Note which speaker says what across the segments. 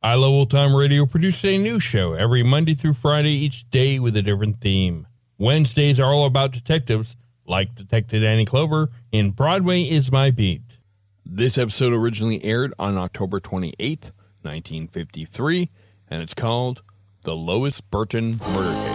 Speaker 1: I Love Old Time Radio produces a new show every Monday through Friday, each day with a different theme. Wednesdays are all about detectives, like Detective Danny Clover in Broadway is My Beat. This episode originally aired on October 28th, 1953, and it's called The Lois Burton Murder Case.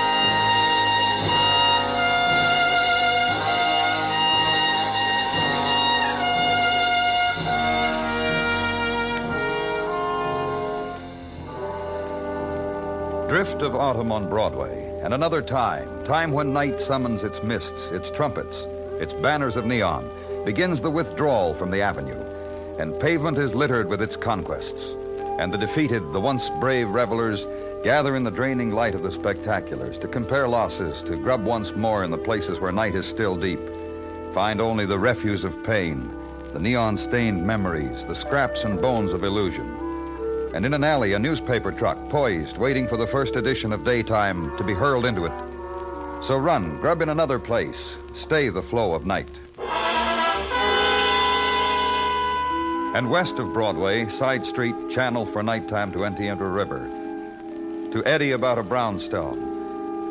Speaker 2: Drift of autumn on Broadway, and another time, time when night summons its mists, its trumpets, its banners of neon, begins the withdrawal from the avenue, and pavement is littered with its conquests. And the defeated, the once brave revelers, gather in the draining light of the spectaculars to compare losses, to grub once more in the places where night is still deep, find only the refuse of pain, the neon stained memories, the scraps and bones of illusion and in an alley, a newspaper truck poised, waiting for the first edition of daytime to be hurled into it. So run, grub in another place, stay the flow of night. And west of Broadway, side street, channel for nighttime to empty into a river, to eddy about a brownstone,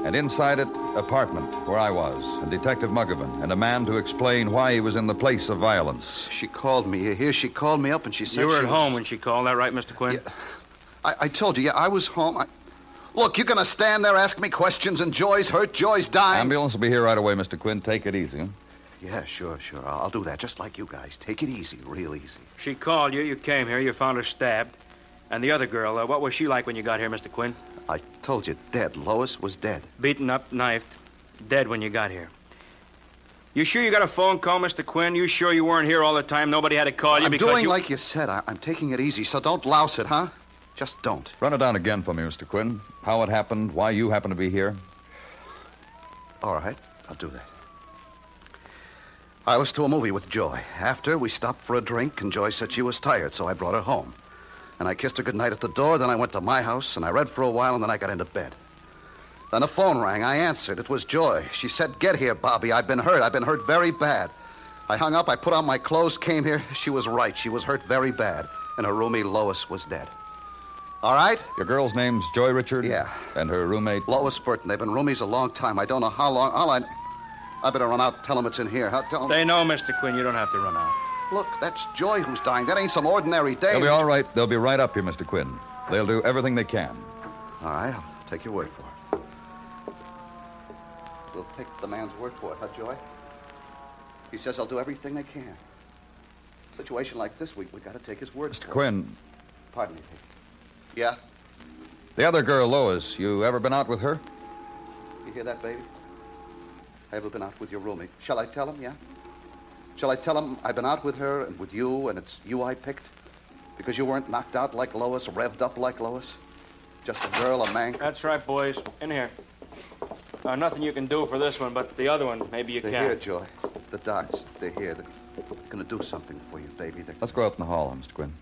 Speaker 2: and inside it, apartment where I was, and Detective Muggerman, and a man to explain why he was in the place of violence.
Speaker 3: She called me. Here, she called me up and she said.
Speaker 4: You were
Speaker 3: she
Speaker 4: at
Speaker 3: was-
Speaker 4: home when she called, that right, Mr. Quinn?
Speaker 3: I, I told you, yeah, I was home. I... Look, you're going to stand there, ask me questions, and Joy's hurt, Joy's dying.
Speaker 2: Ambulance will be here right away, Mr. Quinn. Take it easy. huh?
Speaker 3: Yeah, sure, sure. I'll, I'll do that, just like you guys. Take it easy, real easy.
Speaker 4: She called you, you came here, you found her stabbed. And the other girl, uh, what was she like when you got here, Mr. Quinn?
Speaker 3: I told you, dead. Lois was dead.
Speaker 4: Beaten up, knifed, dead when you got here. You sure you got a phone call, Mr. Quinn? You sure you weren't here all the time? Nobody had to call you
Speaker 3: I'm
Speaker 4: because
Speaker 3: doing
Speaker 4: you...
Speaker 3: like you said. I, I'm taking it easy, so don't louse it, huh? Just don't.
Speaker 2: Run it down again for me, Mr. Quinn. How it happened, why you happened to be here.
Speaker 3: All right, I'll do that. I was to a movie with Joy. After, we stopped for a drink, and Joy said she was tired, so I brought her home. And I kissed her goodnight at the door, then I went to my house, and I read for a while, and then I got into bed. Then a phone rang. I answered. It was Joy. She said, Get here, Bobby. I've been hurt. I've been hurt very bad. I hung up, I put on my clothes, came here. She was right. She was hurt very bad. And her roomie, Lois, was dead. All right?
Speaker 2: Your girl's name's Joy Richard?
Speaker 3: Yeah.
Speaker 2: And her roommate?
Speaker 3: Lois Burton. They've been roomies a long time. I don't know how long. All I, I better run out. Tell them it's in here. Huh? Tell 'em-
Speaker 4: They know, Mr. Quinn, you don't have to run out.
Speaker 3: Look, that's Joy who's dying. That ain't some ordinary day.
Speaker 2: They'll be all right. They'll be right up here, Mr. Quinn. They'll do everything they can.
Speaker 3: All right, I'll take your word for it. We'll take the man's word for it, huh, Joy? He says I'll do everything they can. Situation like this, we we got to take his word.
Speaker 2: Mr.
Speaker 3: for it.
Speaker 2: Quinn,
Speaker 3: Pardon me. Yeah?
Speaker 2: the other girl, Lois, you ever been out with her?
Speaker 3: You hear that, baby? I ever been out with your roomie? Shall I tell him, yeah? Shall I tell him I've been out with her and with you, and it's you I picked? Because you weren't knocked out like Lois, revved up like Lois? Just a girl, a man.
Speaker 4: That's right, boys. In here. Uh, nothing you can do for this one, but the other one, maybe you
Speaker 3: They're
Speaker 4: can.
Speaker 3: here, Joy. The docs, they're here. They're gonna do something for you, baby. They're...
Speaker 2: Let's go out in the hall, Mr. Quinn.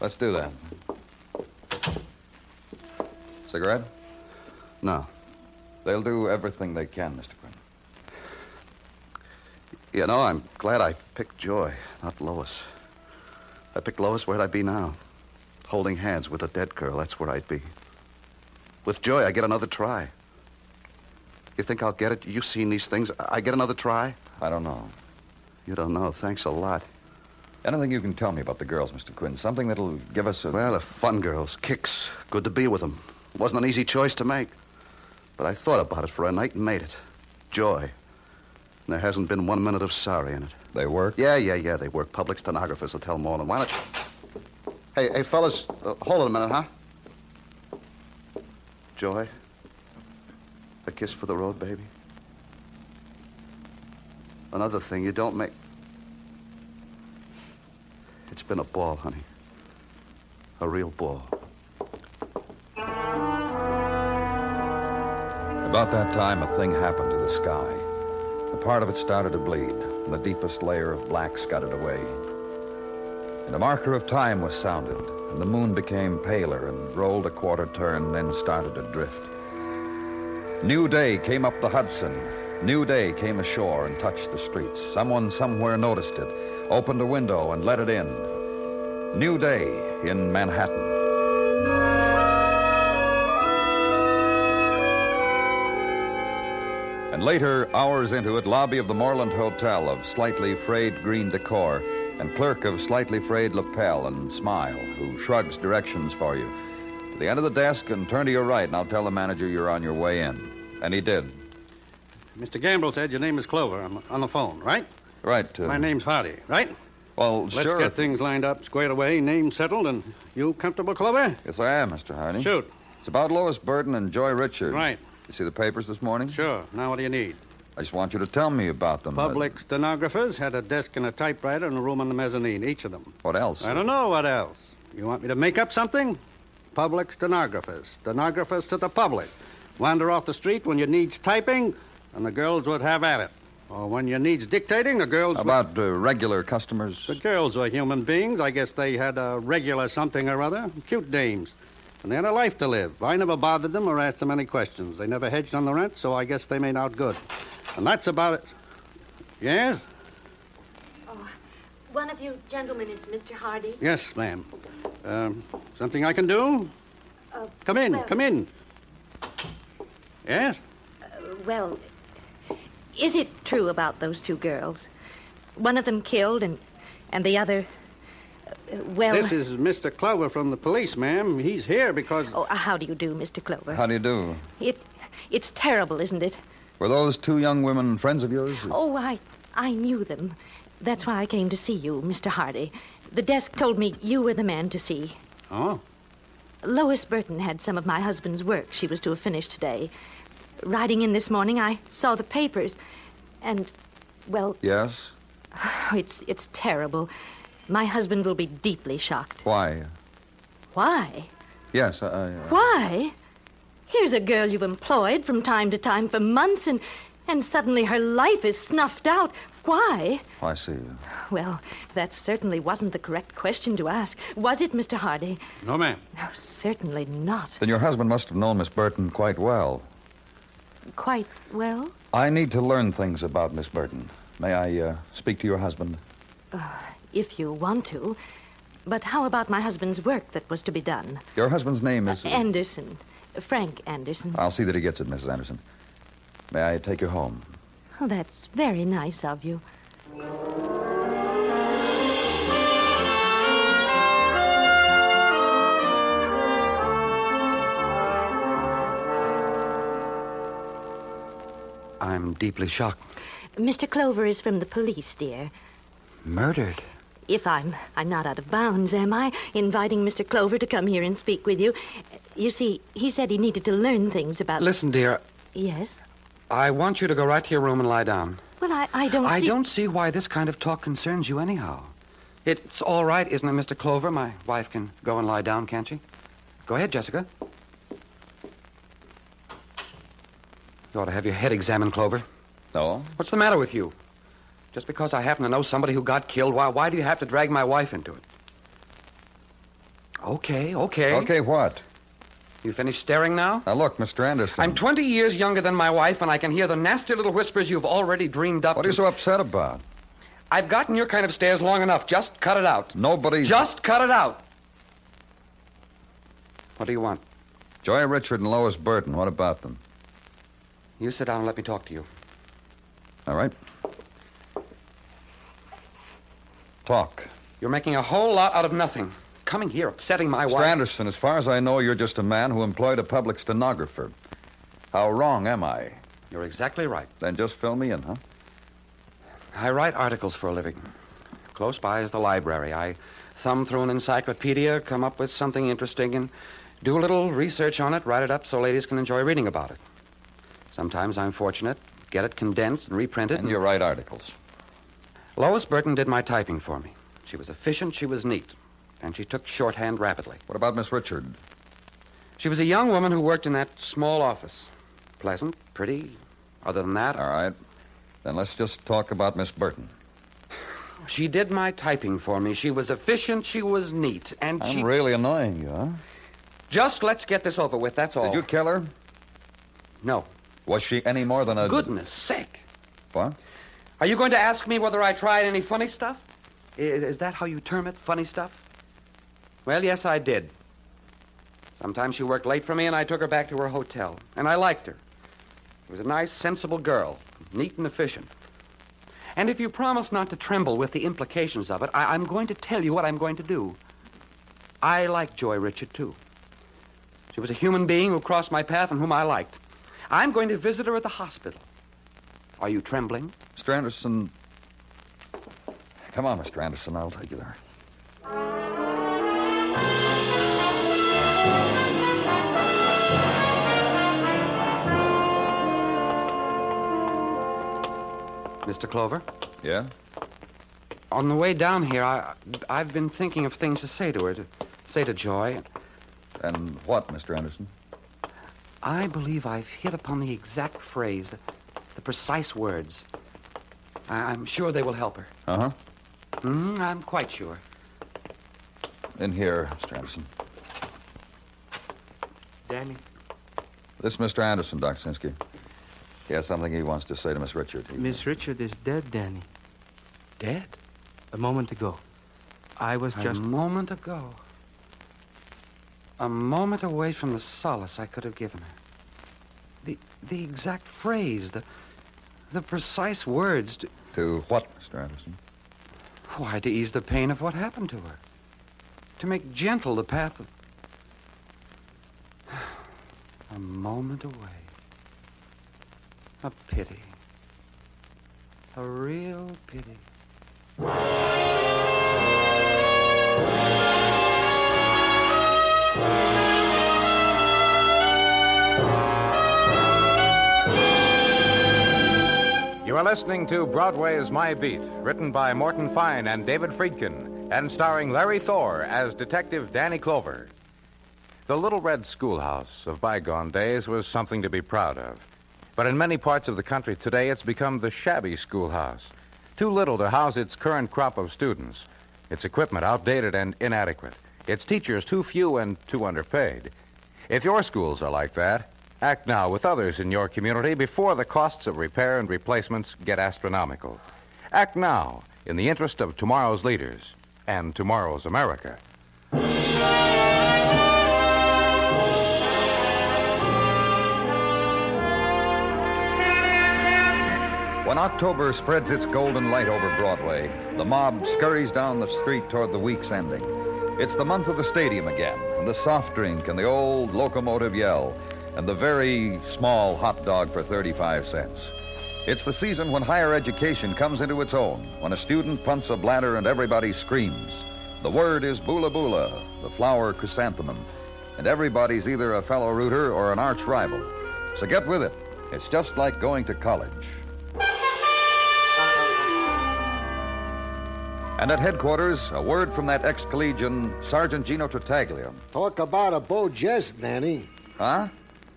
Speaker 2: Let's do that. Cigarette?
Speaker 3: No.
Speaker 2: They'll do everything they can, Mr. Quinn.
Speaker 3: You know, I'm glad I picked Joy, not Lois. I picked Lois, where'd I be now? Holding hands with a dead girl, that's where I'd be. With Joy, I get another try. You think I'll get it? You've seen these things. I I get another try?
Speaker 2: I don't know.
Speaker 3: You don't know. Thanks a lot.
Speaker 2: Anything you can tell me about the girls, Mr. Quinn? Something that'll give us a.
Speaker 3: Well, the fun girls, kicks. Good to be with them. Wasn't an easy choice to make. But I thought about it for a night and made it. Joy. And there hasn't been one minute of sorry in it.
Speaker 2: they work?
Speaker 3: Yeah, yeah, yeah. They work. Public stenographers will tell more than why not you? Hey, hey, fellas, uh, hold it a minute, huh? Joy, a kiss for the road, baby. Another thing you don't make. It's been a ball, honey. A real ball.
Speaker 2: About that time, a thing happened to the sky. A part of it started to bleed, and the deepest layer of black scudded away. And a marker of time was sounded, and the moon became paler and rolled a quarter turn, then started to drift. New day came up the Hudson. New day came ashore and touched the streets. Someone somewhere noticed it, opened a window, and let it in. New day in Manhattan. And later, hours into it, lobby of the Moreland Hotel of slightly frayed green decor, and clerk of slightly frayed lapel and smile, who shrugs directions for you. To the end of the desk and turn to your right, and I'll tell the manager you're on your way in. And he did.
Speaker 5: Mr. Gamble said your name is Clover. I'm on the phone, right?
Speaker 2: Right. uh,
Speaker 5: My name's Hardy, right?
Speaker 2: Well,
Speaker 5: Let's
Speaker 2: sure.
Speaker 5: get things lined up, squared away, name settled, and you comfortable, Clover?
Speaker 2: Yes, I am, Mr. Harney.
Speaker 5: Shoot.
Speaker 2: It's about Lois Burton and Joy Richard.
Speaker 5: Right.
Speaker 2: You see the papers this morning?
Speaker 5: Sure. Now what do you need?
Speaker 2: I just want you to tell me about them. uh,
Speaker 5: Public stenographers had a desk and a typewriter and a room on the mezzanine, each of them.
Speaker 2: What else?
Speaker 5: I don't know what else. You want me to make up something? Public stenographers. Stenographers to the public. Wander off the street when you needs typing, and the girls would have at it. Or when you needs dictating, the girls
Speaker 2: How
Speaker 5: would...
Speaker 2: About uh, regular customers.
Speaker 5: The girls were human beings. I guess they had a regular something or other. Cute dames. And they had a life to live. I never bothered them or asked them any questions. They never hedged on the rent, so I guess they made out good. And that's about it. Yes?
Speaker 6: Oh, One of you gentlemen is Mr. Hardy.
Speaker 5: Yes, ma'am. Um, something I can do? come in,
Speaker 6: Uh, well-
Speaker 5: come in. Yes?
Speaker 6: uh, Well, is it true about those two girls? One of them killed and and the other uh, well
Speaker 5: This is Mr. Clover from the police, ma'am. He's here because.
Speaker 6: Oh, uh, how do you do, Mr. Clover?
Speaker 2: How do you do?
Speaker 6: It it's terrible, isn't it?
Speaker 2: Were those two young women friends of yours?
Speaker 6: Oh, I I knew them. That's why I came to see you, Mr. Hardy. The desk told me you were the man to see.
Speaker 5: Oh?
Speaker 6: Lois Burton had some of my husband's work she was to have finished today. Riding in this morning, I saw the papers and well,
Speaker 2: Yes.
Speaker 6: Oh, It's it's terrible. My husband will be deeply shocked.
Speaker 2: Why?
Speaker 6: Why?
Speaker 2: Yes, I. uh, I
Speaker 6: Why? Here's a girl you've employed from time to time for months and and suddenly her life is snuffed out. Why?
Speaker 2: I see.
Speaker 6: Well, that certainly wasn't the correct question to ask. Was it, Mr. Hardy?
Speaker 5: No, ma'am.
Speaker 6: No, certainly not.
Speaker 2: Then your husband must have known Miss Burton quite well.
Speaker 6: Quite well?
Speaker 2: I need to learn things about Miss Burton. May I uh, speak to your husband?
Speaker 6: uh, If you want to. But how about my husband's work that was to be done?
Speaker 2: Your husband's name
Speaker 6: Uh,
Speaker 2: is.
Speaker 6: Anderson. Frank Anderson.
Speaker 2: I'll see that he gets it, Mrs. Anderson. May I take you home?
Speaker 6: Oh, that's very nice of you.
Speaker 3: I'm deeply shocked.
Speaker 6: Mr. Clover is from the police, dear.
Speaker 3: Murdered?
Speaker 6: If I'm I'm not out of bounds, am I? Inviting Mr. Clover to come here and speak with you. You see, he said he needed to learn things about
Speaker 7: Listen, dear,
Speaker 6: Yes.
Speaker 7: I want you to go right to your room and lie down.
Speaker 6: Well, I, I don't
Speaker 7: I
Speaker 6: see
Speaker 7: don't see why this kind of talk concerns you anyhow. It's all right, isn't it, Mr. Clover? My wife can go and lie down, can't she? Go ahead, Jessica. You ought to have your head examined, Clover.
Speaker 2: No.
Speaker 7: What's the matter with you? Just because I happen to know somebody who got killed, why, why do you have to drag my wife into it? Okay, okay.
Speaker 2: Okay, what?
Speaker 7: You finished staring now?
Speaker 2: Now, look, Mr. Anderson.
Speaker 7: I'm 20 years younger than my wife, and I can hear the nasty little whispers you've already dreamed up.
Speaker 2: What are you
Speaker 7: to-
Speaker 2: so upset about?
Speaker 7: I've gotten your kind of stares long enough. Just cut it out.
Speaker 2: Nobody.
Speaker 7: Just cut it out. What do you want?
Speaker 2: Joy Richard and Lois Burton. What about them?
Speaker 7: You sit down and let me talk to you.
Speaker 2: All right. Talk.
Speaker 7: You're making a whole lot out of nothing. Coming here, upsetting my
Speaker 2: Mr.
Speaker 7: wife.
Speaker 2: Anderson, as far as I know, you're just a man who employed a public stenographer. How wrong am I?
Speaker 7: You're exactly right.
Speaker 2: Then just fill me in, huh?
Speaker 7: I write articles for a living. Close by is the library. I thumb through an encyclopedia, come up with something interesting, and do a little research on it, write it up so ladies can enjoy reading about it. Sometimes I'm fortunate, get it condensed and reprinted.
Speaker 2: And you write articles.
Speaker 7: Lois Burton did my typing for me. She was efficient, she was neat, and she took shorthand rapidly.
Speaker 2: What about Miss Richard?
Speaker 7: She was a young woman who worked in that small office. Pleasant, pretty. Other than that,
Speaker 2: All right. Then let's just talk about Miss Burton.
Speaker 7: she did my typing for me. She was efficient, she was neat, and
Speaker 2: I'm
Speaker 7: she.
Speaker 2: really annoying you, huh?
Speaker 7: Just let's get this over with, that's all.
Speaker 2: Did you kill her?
Speaker 7: No.
Speaker 2: Was she any more than a.
Speaker 7: Goodness sake.
Speaker 2: What?
Speaker 7: Are you going to ask me whether I tried any funny stuff? I- Is, that how you term it, funny stuff? Well, yes, I did. Sometimes she worked late for me, and I took her back to her hotel. And I liked her. She was a nice, sensible girl, neat and efficient. And if you promise not to tremble with the implications of it, I, I'm going to tell you what I'm going to do. I like Joy Richard, too. She was a human being who crossed my path and whom I liked. I'm going to visit her at the hospital. Are you trembling?
Speaker 2: Mr. Anderson. Come on, Mr. Anderson. I'll take you there.
Speaker 7: Mr. Clover?
Speaker 2: Yeah?
Speaker 7: On the way down here, I, I've been thinking of things to say to her, to say to Joy.
Speaker 2: And what, Mr. Anderson?
Speaker 7: I believe I've hit upon the exact phrase, the, the precise words. I, I'm sure they will help her.
Speaker 2: Uh huh.
Speaker 7: Mm, I'm quite sure.
Speaker 2: In here, Mr. Anderson.
Speaker 4: Danny.
Speaker 2: This Mr. Anderson, Doc Sinsky. He has something he wants to say to Miss Richard. He-
Speaker 8: Miss Richard is dead, Danny.
Speaker 7: Dead?
Speaker 8: A moment ago. I was just.
Speaker 7: A moment ago. A moment away from the solace I could have given her. The, the exact phrase, the, the precise words to,
Speaker 2: To what, Mr. Anderson?
Speaker 7: Why, to ease the pain of what happened to her. To make gentle the path of. A moment away. A pity. A real pity.
Speaker 9: You are listening to Broadway's My Beat, written by Morton Fine and David Friedkin, and starring Larry Thor as Detective Danny Clover. The little red schoolhouse of bygone days was something to be proud of. But in many parts of the country today, it's become the shabby schoolhouse, too little to house its current crop of students, its equipment outdated and inadequate, its teachers too few and too underpaid. If your schools are like that, act now with others in your community before the costs of repair and replacements get astronomical. Act now in the interest of tomorrow's leaders and tomorrow's America.
Speaker 2: When October spreads its golden light over Broadway, the mob scurries down the street toward the week's ending. It's the month of the stadium again, and the soft drink and the old locomotive yell, and the very small hot dog for 35 cents. It's the season when higher education comes into its own, when a student pumps a bladder and everybody screams. The word is bula bula, the flower chrysanthemum, and everybody's either a fellow rooter or an arch rival. So get with it. It's just like going to college. And at headquarters, a word from that ex-collegian, Sergeant Gino Tartaglia.
Speaker 10: Talk about a beau jest, Nanny.
Speaker 2: Huh?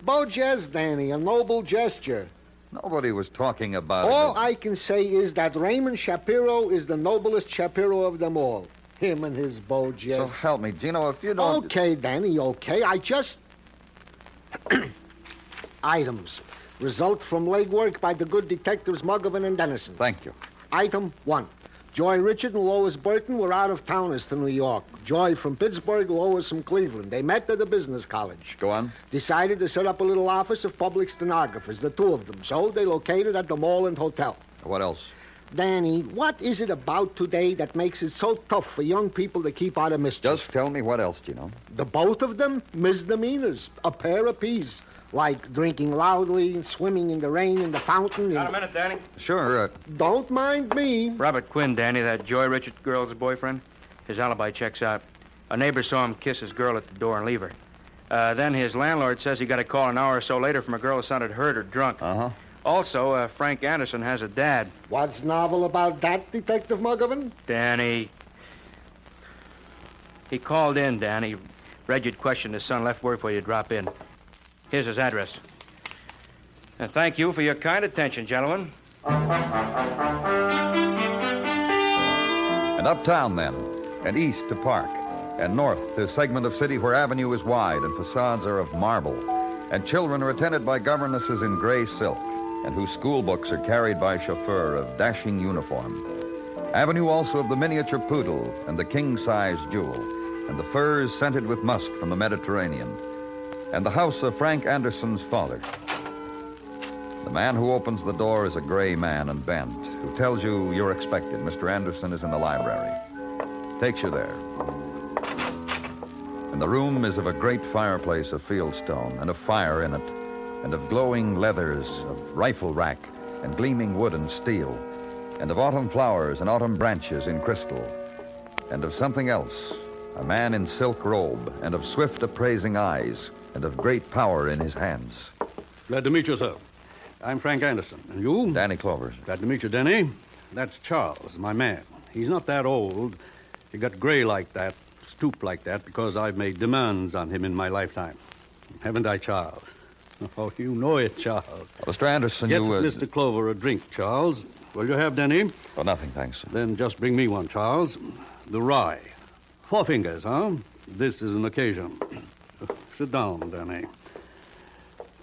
Speaker 10: Beau jest, Nanny, a noble gesture.
Speaker 2: Nobody was talking about
Speaker 10: All
Speaker 2: it.
Speaker 10: I can say is that Raymond Shapiro is the noblest Shapiro of them all. Him and his beau
Speaker 2: So
Speaker 10: jest.
Speaker 2: help me, Gino, if you don't...
Speaker 10: okay, Danny, okay. I just. Items. Result from legwork by the good detectives Mugovan and Dennison.
Speaker 2: Thank you.
Speaker 10: Item one. Joy Richard and Lois Burton were out of towners to New York. Joy from Pittsburgh, Lois from Cleveland. They met at the business college.
Speaker 2: Go on.
Speaker 10: Decided to set up a little office of public stenographers, the two of them. So they located at the Moreland Hotel.
Speaker 2: What else?
Speaker 10: Danny, what is it about today that makes it so tough for young people to keep out of mischief?
Speaker 2: Just tell me what else, do you know?
Speaker 10: The both of them misdemeanors, a pair apiece, like drinking loudly, swimming in the rain in the fountain.
Speaker 4: Got
Speaker 10: And...
Speaker 4: a minute, Danny?
Speaker 2: Sure. Uh,
Speaker 10: Don't mind me.
Speaker 4: Robert Quinn, Danny, that Joy Richard girl's boyfriend, his alibi checks out. A neighbor saw him kiss his girl at the door and leave her. Uh, then his landlord says he got a call an hour or so later from a girl who sounded hurt or drunk. Uh-huh. Also, uh, Frank Anderson has a dad.
Speaker 10: What's novel about that, Detective Mugovan?
Speaker 4: Danny. He called in, Danny. Read your question. His son left word for you to drop in. Here's his address. And thank you for your kind attention, gentlemen.
Speaker 2: And uptown then, and east to Park, and north to a segment of city where avenue is wide and facades are of marble, and children are attended by governesses in gray silk, and whose school books are carried by chauffeur of dashing uniform. Avenue also of the miniature poodle and the king-sized jewel, and the furs scented with musk from the Mediterranean, and the house of Frank Anderson's father. The man who opens the door is a gray man and bent, who tells you you're expected. Mr. Anderson is in the library. Takes you there. And the room is of a great fireplace of fieldstone, and a fire in it, and of glowing leathers, of rifle rack, and gleaming wood and steel, and of autumn flowers and autumn branches in crystal, and of something else, a man in silk robe, and of swift appraising eyes, and of great power in his hands.
Speaker 5: Glad to meet you, sir. I'm Frank Anderson. And you?
Speaker 2: Danny Clovers.
Speaker 5: Glad to meet you, Denny. That's Charles, my man. He's not that old. He got gray like that, stooped like that, because I've made demands on him in my lifetime. Haven't I, Charles? Oh, you know it, Charles.
Speaker 2: Mr. Anderson,
Speaker 5: Get
Speaker 2: you... uh,
Speaker 5: Mr. Clover a drink, Charles. Will you have Denny?
Speaker 2: Oh, nothing, thanks.
Speaker 5: Then just bring me one, Charles. The rye. Four fingers, huh? This is an occasion. Sit down, Danny.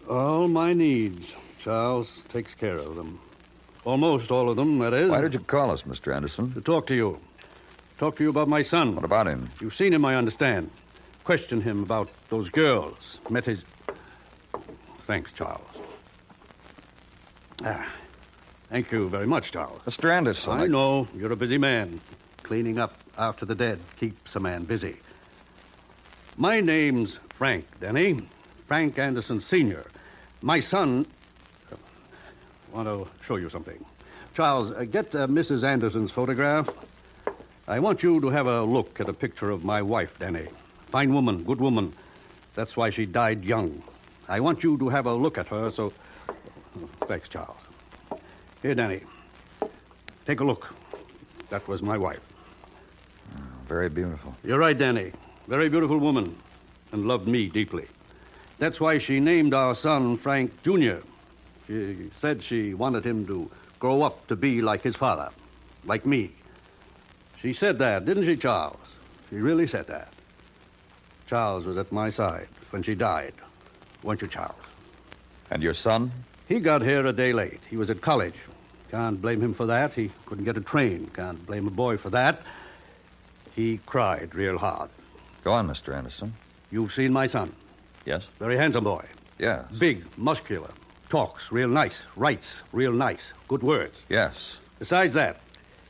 Speaker 5: All my needs, Charles takes care of them. Almost all of them, that is.
Speaker 2: Why did you call us, Mr. Anderson?
Speaker 5: To talk to you. Talk to you about my son.
Speaker 2: What about him?
Speaker 5: You've seen him, I understand. Question him about those girls. Met his. Thanks, Charles. Ah, thank you very much, Charles.
Speaker 2: Mr. Anderson.
Speaker 5: I know you're a busy man. Cleaning up after the dead keeps a man busy. My name's Frank, Denny. Frank Anderson Sr. My son. want to show you something. Charles, uh, get uh, Mrs. Anderson's photograph. I want you to have a look at a picture of my wife, Danny. Fine woman, good woman. That's why she died young. I want you to have a look at her, so. Thanks, Charles. Here, Danny. Take a look. That was my wife.
Speaker 2: Very beautiful.
Speaker 5: You're right, Danny. Very beautiful woman, and loved me deeply. That's why she named our son Frank Jr. She said she wanted him to grow up to be like his father, like me. She said that, didn't she, Charles? She really said that. Charles was at my side when she died, weren't you, Charles?
Speaker 2: And your son?
Speaker 5: He got here a day late. He was at college. Can't blame him for that. He couldn't get a train. Can't blame a boy for that. He cried real hard.
Speaker 2: Go on, Mr. Anderson.
Speaker 5: You've seen my son.
Speaker 2: Yes?
Speaker 5: Very handsome boy.
Speaker 2: Yes.
Speaker 5: Big, muscular. Talks real nice. Writes real nice. Good words.
Speaker 2: Yes.
Speaker 5: Besides that,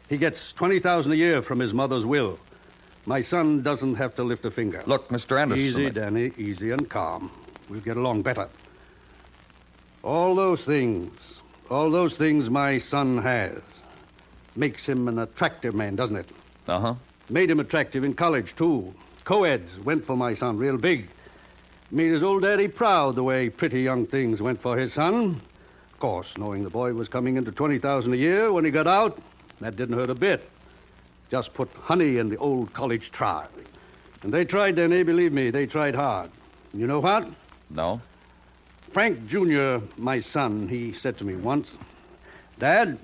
Speaker 5: he gets 20000 a year from his mother's will. My son doesn't have to lift a finger.
Speaker 2: Look, Mr. Anderson.
Speaker 5: Easy, Danny. Easy and calm. We'll get along better. All those things, all those things my son has, makes him an attractive man, doesn't it?
Speaker 2: Uh huh.
Speaker 5: Made him attractive in college, too. Co-eds went for my son real big. Made his old daddy proud the way pretty young things went for his son. Of course, knowing the boy was coming into 20000 a year when he got out, that didn't hurt a bit. Just put honey in the old college try. And they tried, Denny, believe me, they tried hard. You know what?
Speaker 2: No?
Speaker 5: Frank Jr., my son, he said to me once, Dad,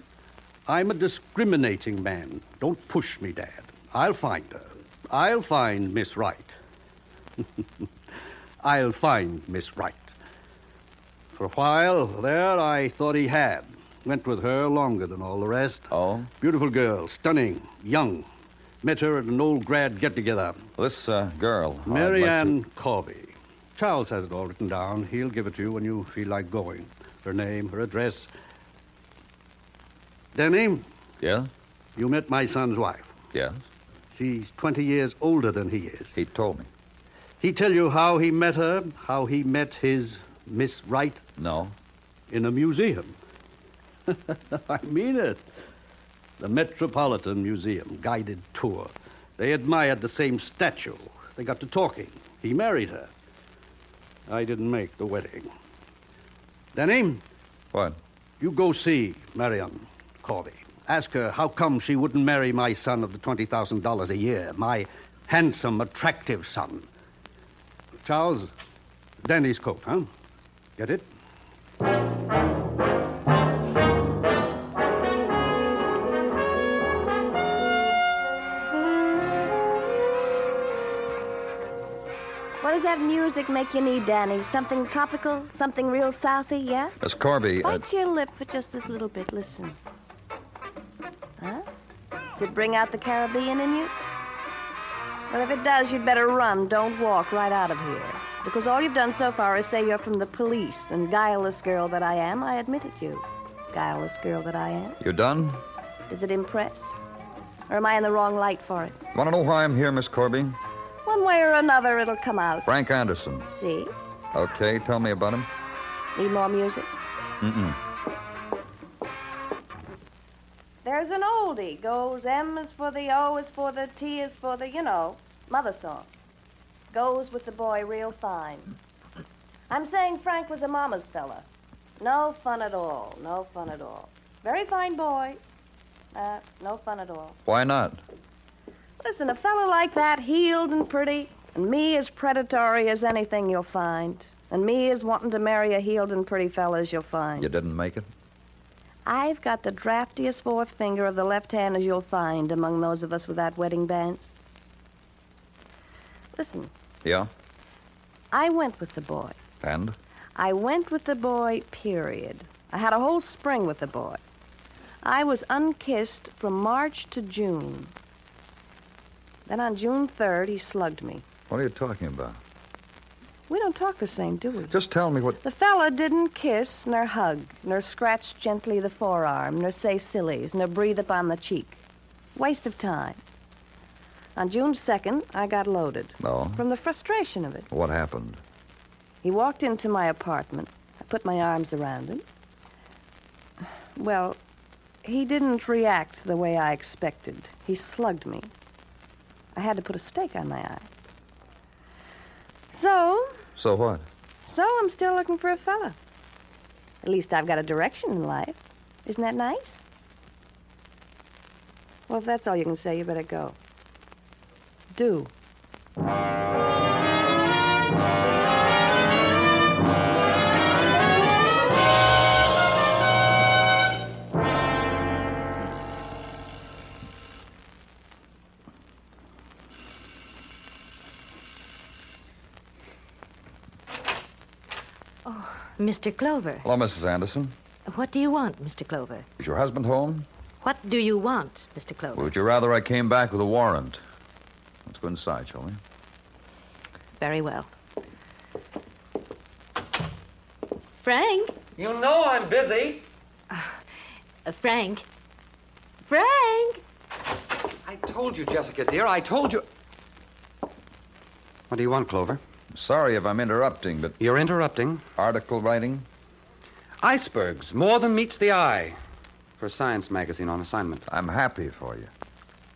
Speaker 5: I'm a discriminating man. Don't push me, Dad. I'll find her. I'll find Miss Wright. I'll find Miss Wright. For a while there, I thought he had. Went with her longer than all the rest.
Speaker 2: Oh?
Speaker 5: Beautiful girl, stunning, young. Met her at an old grad get together.
Speaker 2: This uh, girl. I'd
Speaker 5: Mary
Speaker 2: like to-
Speaker 5: Ann Corby. Charles has it all written down. He'll give it to you when you feel like going. Her name, her address. Denny,
Speaker 2: Yeah?
Speaker 5: you met my son's wife.
Speaker 2: Yes?
Speaker 5: She's 20 years older than he is.
Speaker 2: He told me.
Speaker 5: He tell you how he met her, how he met his Miss Wright
Speaker 2: No?
Speaker 5: in a museum. I mean it. The Metropolitan Museum, guided tour. They admired the same statue. They got to talking. He married her. I didn't make the wedding. Denny,
Speaker 2: What?
Speaker 5: you go see Marion Corby. Ask her how come she wouldn't marry my son of the $20,000 a year, my handsome, attractive son. Charles, Danny's coat, huh? Get it?
Speaker 11: What does that music make you need, Danny? Something tropical? Something real southy, yeah?
Speaker 2: Miss Corby. Uh,
Speaker 11: Bite your lip for just this little bit. Listen. Huh? Does it bring out the Caribbean in you? Well, if it does, you'd better run. Don't walk right out of here. Because all you've done so far is say you're from the police, and guileless girl that I am, I admit it you. Guileless girl that I am.
Speaker 2: you done?
Speaker 11: Does it impress? Or am I in the wrong light for it?
Speaker 2: Want to know why I'm here, Miss Corby?
Speaker 11: One way or another, it'll come out.
Speaker 2: Frank Anderson.
Speaker 11: See?
Speaker 2: Okay, tell me about him.
Speaker 11: Need more music?
Speaker 2: Mm-mm.
Speaker 11: There's an oldie goes M is for the O is for the T is for the you know mother song. Goes with the boy real fine. I'm saying Frank was a mama's fella. No fun at all. No fun at all. Very fine boy. Uh, no fun at all.
Speaker 2: Why not?
Speaker 11: Listen, a fella like that, heeled and pretty, and me as predatory as anything you'll find, and me as wanting to marry a heeled and pretty fella as you'll find.
Speaker 2: You didn't make it?
Speaker 11: I've got the draftiest fourth finger of the left hand as you'll find among those of us without wedding bands. Listen,
Speaker 2: Yeah?
Speaker 11: I went with the boy.
Speaker 2: And?
Speaker 11: I went with the boy, period. I had a whole spring with the boy. I was unkissed from March to June. Then on June 3rd, he slugged me.
Speaker 2: What are you talking about?
Speaker 11: We don't talk the same, do we?
Speaker 2: Just tell me what.
Speaker 11: The fella didn't kiss, nor hug, nor scratch gently the forearm, nor say sillies, nor breathe upon the cheek. Waste of time. On June 2nd, I got loaded.
Speaker 2: No.
Speaker 11: From the frustration of it.
Speaker 2: What happened?
Speaker 11: He walked into my apartment. I put my arms around him. Well, he didn't react the way I expected. He slugged me. I had to put a stake on my eye. So,
Speaker 2: So what?
Speaker 11: so I'm still looking for a fella. At least I've got a direction in life. Isn't that nice? Well, if that's all you can say, you better go. Do.
Speaker 6: Mr. Oh, Clover,
Speaker 2: Hello, Mrs. Anderson.
Speaker 6: what do you want, Mr. Clover?
Speaker 2: Is your husband home?
Speaker 6: What do you want, Mr. Clover?
Speaker 2: Would you rather I came back with a warrant? Let's go inside, shall we?
Speaker 6: Very well. Frank?
Speaker 7: You know I'm busy.
Speaker 6: Uh, Frank? Frank?
Speaker 7: I told you, Jessica, dear. I told you.
Speaker 2: What do you want, Clover? Sorry if I'm interrupting, but. You're interrupting? Article writing?
Speaker 7: Icebergs, more than meets the eye.
Speaker 2: For Science Magazine on assignment. I'm happy for you.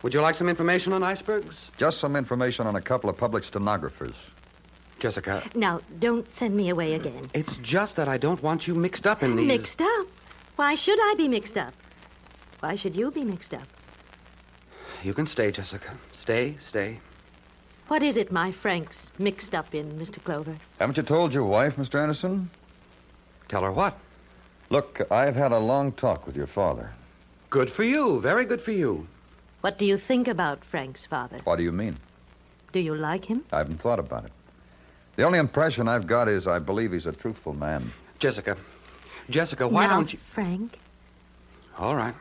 Speaker 7: Would you like some information on icebergs?
Speaker 2: Just some information on a couple of public stenographers.
Speaker 7: Jessica,
Speaker 6: Now, don't send me away again.
Speaker 7: it's just that I don't want you mixed up in these.
Speaker 6: Mixed up? Why should I be mixed up? Why should you be mixed up?
Speaker 7: You can stay, Jessica. Stay, stay.
Speaker 6: What is it my Frank's mixed up in, Mr. Clover?
Speaker 2: Haven't you told your wife, Mr. Anderson? Tell her what? Look, I've had a long talk with your father. Good for you. Very good for you.
Speaker 6: What do you think about Frank's father?
Speaker 2: What do you mean?
Speaker 6: Do you like him?
Speaker 2: I haven't thought about it. The only impression I've got is I believe he's a truthful man.
Speaker 7: Jessica. Jessica, why
Speaker 6: Now,
Speaker 7: don't you.
Speaker 6: Frank,
Speaker 7: All right.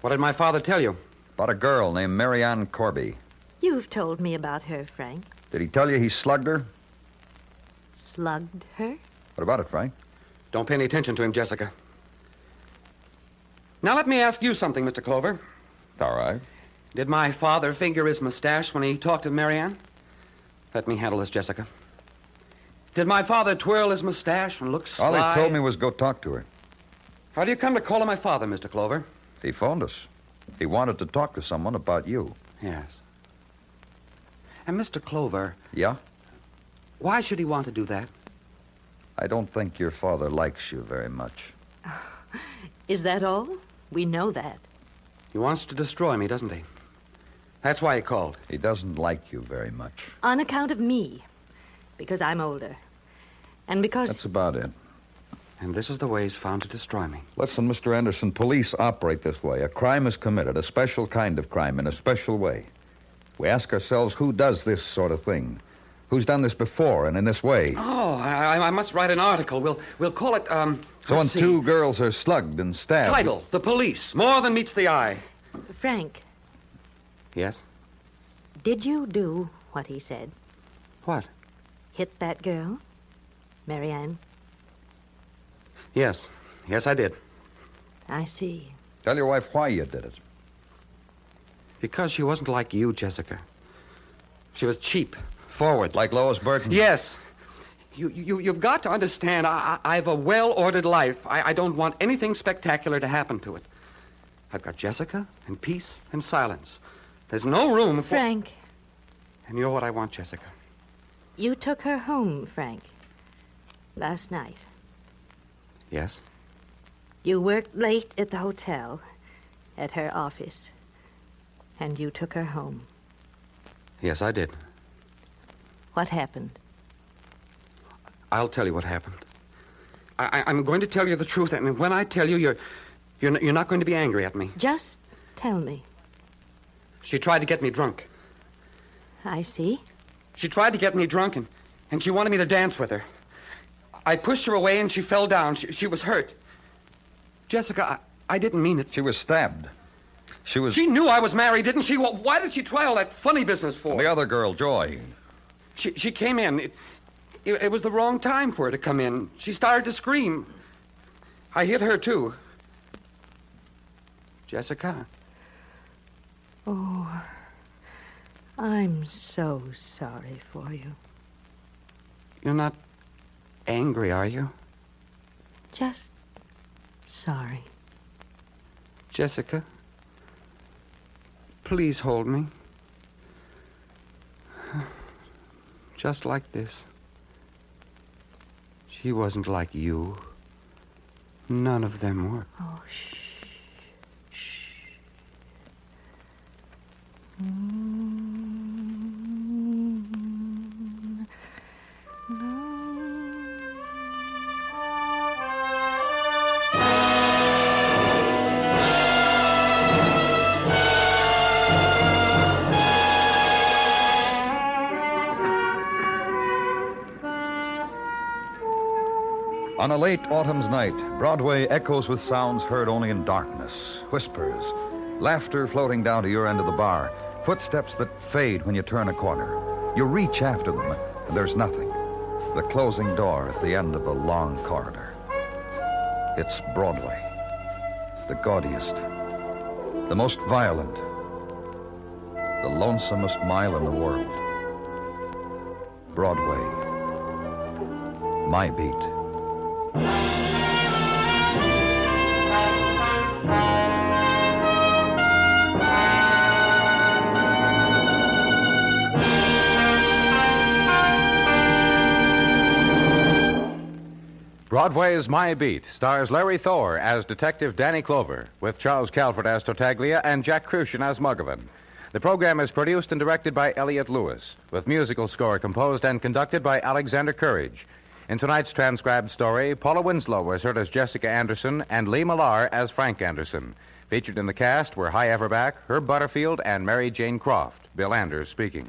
Speaker 7: What did my father tell you?
Speaker 2: About a girl named Marianne Corby.
Speaker 6: you've told me about her, Frank.
Speaker 2: Did he tell you he slugged her?
Speaker 6: Slugged her?
Speaker 2: What about it, Frank?
Speaker 7: Don't pay any attention to him, Jessica. Now let me ask you something, Mr. Clover.
Speaker 2: All right.
Speaker 7: Did my father finger his mustache when he talked to Marianne? Let me handle this, Jessica. Did my father twirl his mustache and look sly?
Speaker 2: All he told me was go talk to her.
Speaker 7: How do you come to call him my father, Mr. Clover?
Speaker 2: He phoned us. He wanted to talk to someone about you.
Speaker 7: Yes. And Mr. Clover,
Speaker 2: Yeah?
Speaker 7: why should he want to do that?
Speaker 2: I don't think your father likes you very much.
Speaker 6: Is that all? We know that.
Speaker 7: He wants to destroy me, doesn't he? That's why he called.
Speaker 2: He doesn't like you very much.
Speaker 6: On account of me. Because I'm older. And because.
Speaker 2: That's about it.
Speaker 7: And this is the way he's found to destroy me.
Speaker 2: Listen, Mr. Anderson, police operate this way. A crime is committed, a special kind of crime, in a special way. We ask ourselves who does this sort of thing? Who's done this before and in this way?
Speaker 7: Oh, I, I- I must write an article. We'll, we'll call it, um...
Speaker 2: So when
Speaker 7: let's see.
Speaker 2: two girls are slugged and stabbed.
Speaker 7: Title, The Police, More Than Meets the Eye.
Speaker 6: Frank,
Speaker 7: Yes?
Speaker 6: did you do what he said?
Speaker 7: What?
Speaker 6: Hit that girl? Marianne,
Speaker 7: Yes. Yes, I did.
Speaker 6: I see.
Speaker 2: Tell your wife why you did it.
Speaker 7: Because she wasn't like you, Jessica. She was cheap, forward.
Speaker 2: Like Lois Burton?
Speaker 7: Yes. You, you, you've got to understand, I, I- I've a well ordered life. I, I don't want anything spectacular to happen to it. I've got Jessica, and peace, and silence. There's no room for.
Speaker 6: Frank,
Speaker 7: And you know what I want, Jessica?
Speaker 6: you took her home, Frank. Last night.
Speaker 7: Yes?
Speaker 6: You worked late at the hotel, at her office, and you took her home.
Speaker 7: Yes, I did.
Speaker 6: What happened?
Speaker 7: I'll tell you what happened. I, I, I'm going to tell you the truth, and when I tell you, you're, you're, n- you're not going to be angry at me.
Speaker 6: Just tell me.
Speaker 7: She tried to get me drunk.
Speaker 6: I see.
Speaker 7: She tried to get me drunk, and, and she wanted me to dance with her. I pushed her away, and she fell down. She, she was hurt. Jessica, I, I didn't mean it.
Speaker 2: She was stabbed. She was.
Speaker 7: She knew I was married, didn't she? Wh- Why did she try all that funny business for?
Speaker 2: The other girl, Joy.
Speaker 7: She, she came in. It, it, it was the wrong time for her to come in. She started to scream. I hit her, too. Jessica,
Speaker 6: Oh, I'm so sorry for you.
Speaker 7: you're not angry, are you?
Speaker 6: Just sorry.
Speaker 7: Jessica, please hold me. Just like this. She wasn't like you. None of them were.
Speaker 6: Oh, shh. Shh. Mm.
Speaker 2: On a late autumn's night, Broadway echoes with sounds heard only in darkness whispers, laughter floating down to your end of the bar, footsteps that fade when you turn a corner. You reach after them, and there's nothing. The closing door at the end of a long corridor. It's Broadway, the gaudiest, the most violent, the lonesomest mile in the world. Broadway, my beat.
Speaker 9: Broadway's My Beat stars Larry Thor as Detective Danny Clover, with Charles Calvert as Tartaglia and Jack Crucian as Mugovan. The program is produced and directed by Elliot Lewis, with musical score composed and conducted by Alexander Courage. In tonight's transcribed story, Paula Winslow was heard as Jessica Anderson and Lee Millar as Frank Anderson. Featured in the cast were High Everback, Herb Butterfield, and Mary Jane Croft. Bill Anders speaking.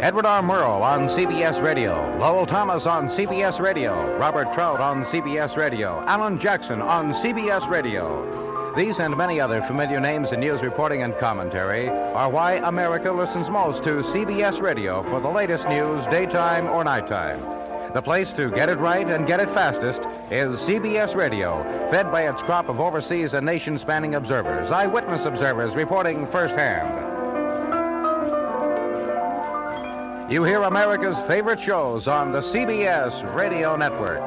Speaker 9: Edward R. Murrow on CBS Radio, Lowell Thomas on CBS Radio, Robert Trout on CBS Radio, Alan Jackson on CBS Radio. These and many other familiar names in news reporting and commentary are why America listens most to CBS Radio for the latest news, daytime or nighttime. The place to get it right and get it fastest is CBS Radio, fed by its crop of overseas and nation spanning observers, eyewitness observers reporting firsthand. You hear America's favorite shows on the CBS Radio Network.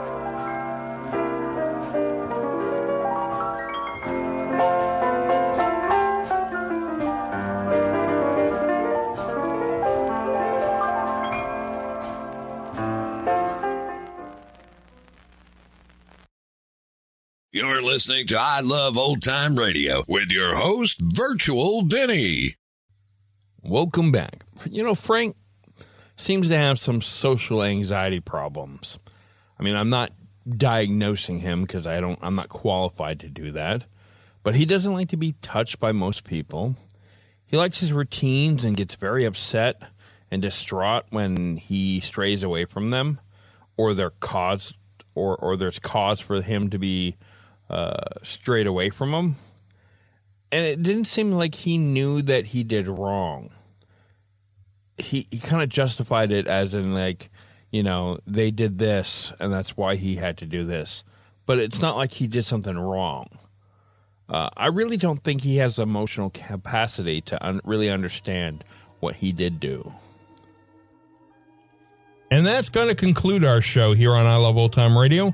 Speaker 12: You're listening to I Love Old Time Radio with your host, Virtual Vinny.
Speaker 1: Welcome back. You know, Frank seems to have some social anxiety problems. I mean, I'm not diagnosing him because I don't I'm not qualified to do that. But he doesn't like to be touched by most people. He likes his routines and gets very upset and distraught when he strays away from them or they caused or or there's cause for him to be uh, strayed away from him. And it didn't seem like he knew that he did wrong he, he kind of justified it as in like you know they did this and that's why he had to do this but it's not like he did something wrong uh, i really don't think he has the emotional capacity to un- really understand what he did do and that's going to conclude our show here on I Love Old Time Radio.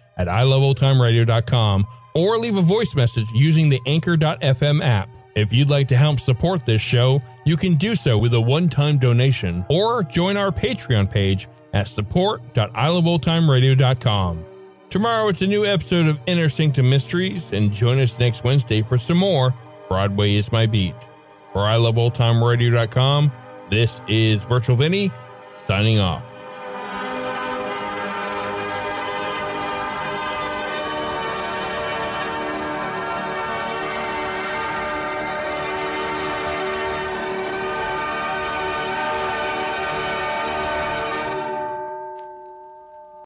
Speaker 1: at iloveoldtimeradio.com or leave a voice message using the anchor.fm app. If you'd like to help support this show, you can do so with a one-time donation or join our Patreon page at support.iloveoldtimeradio.com. Tomorrow it's a new episode of Interstinctum Mysteries and join us next Wednesday for some more Broadway is my beat. For iloveoldtimeradio.com, this is Virtual Vinny signing off.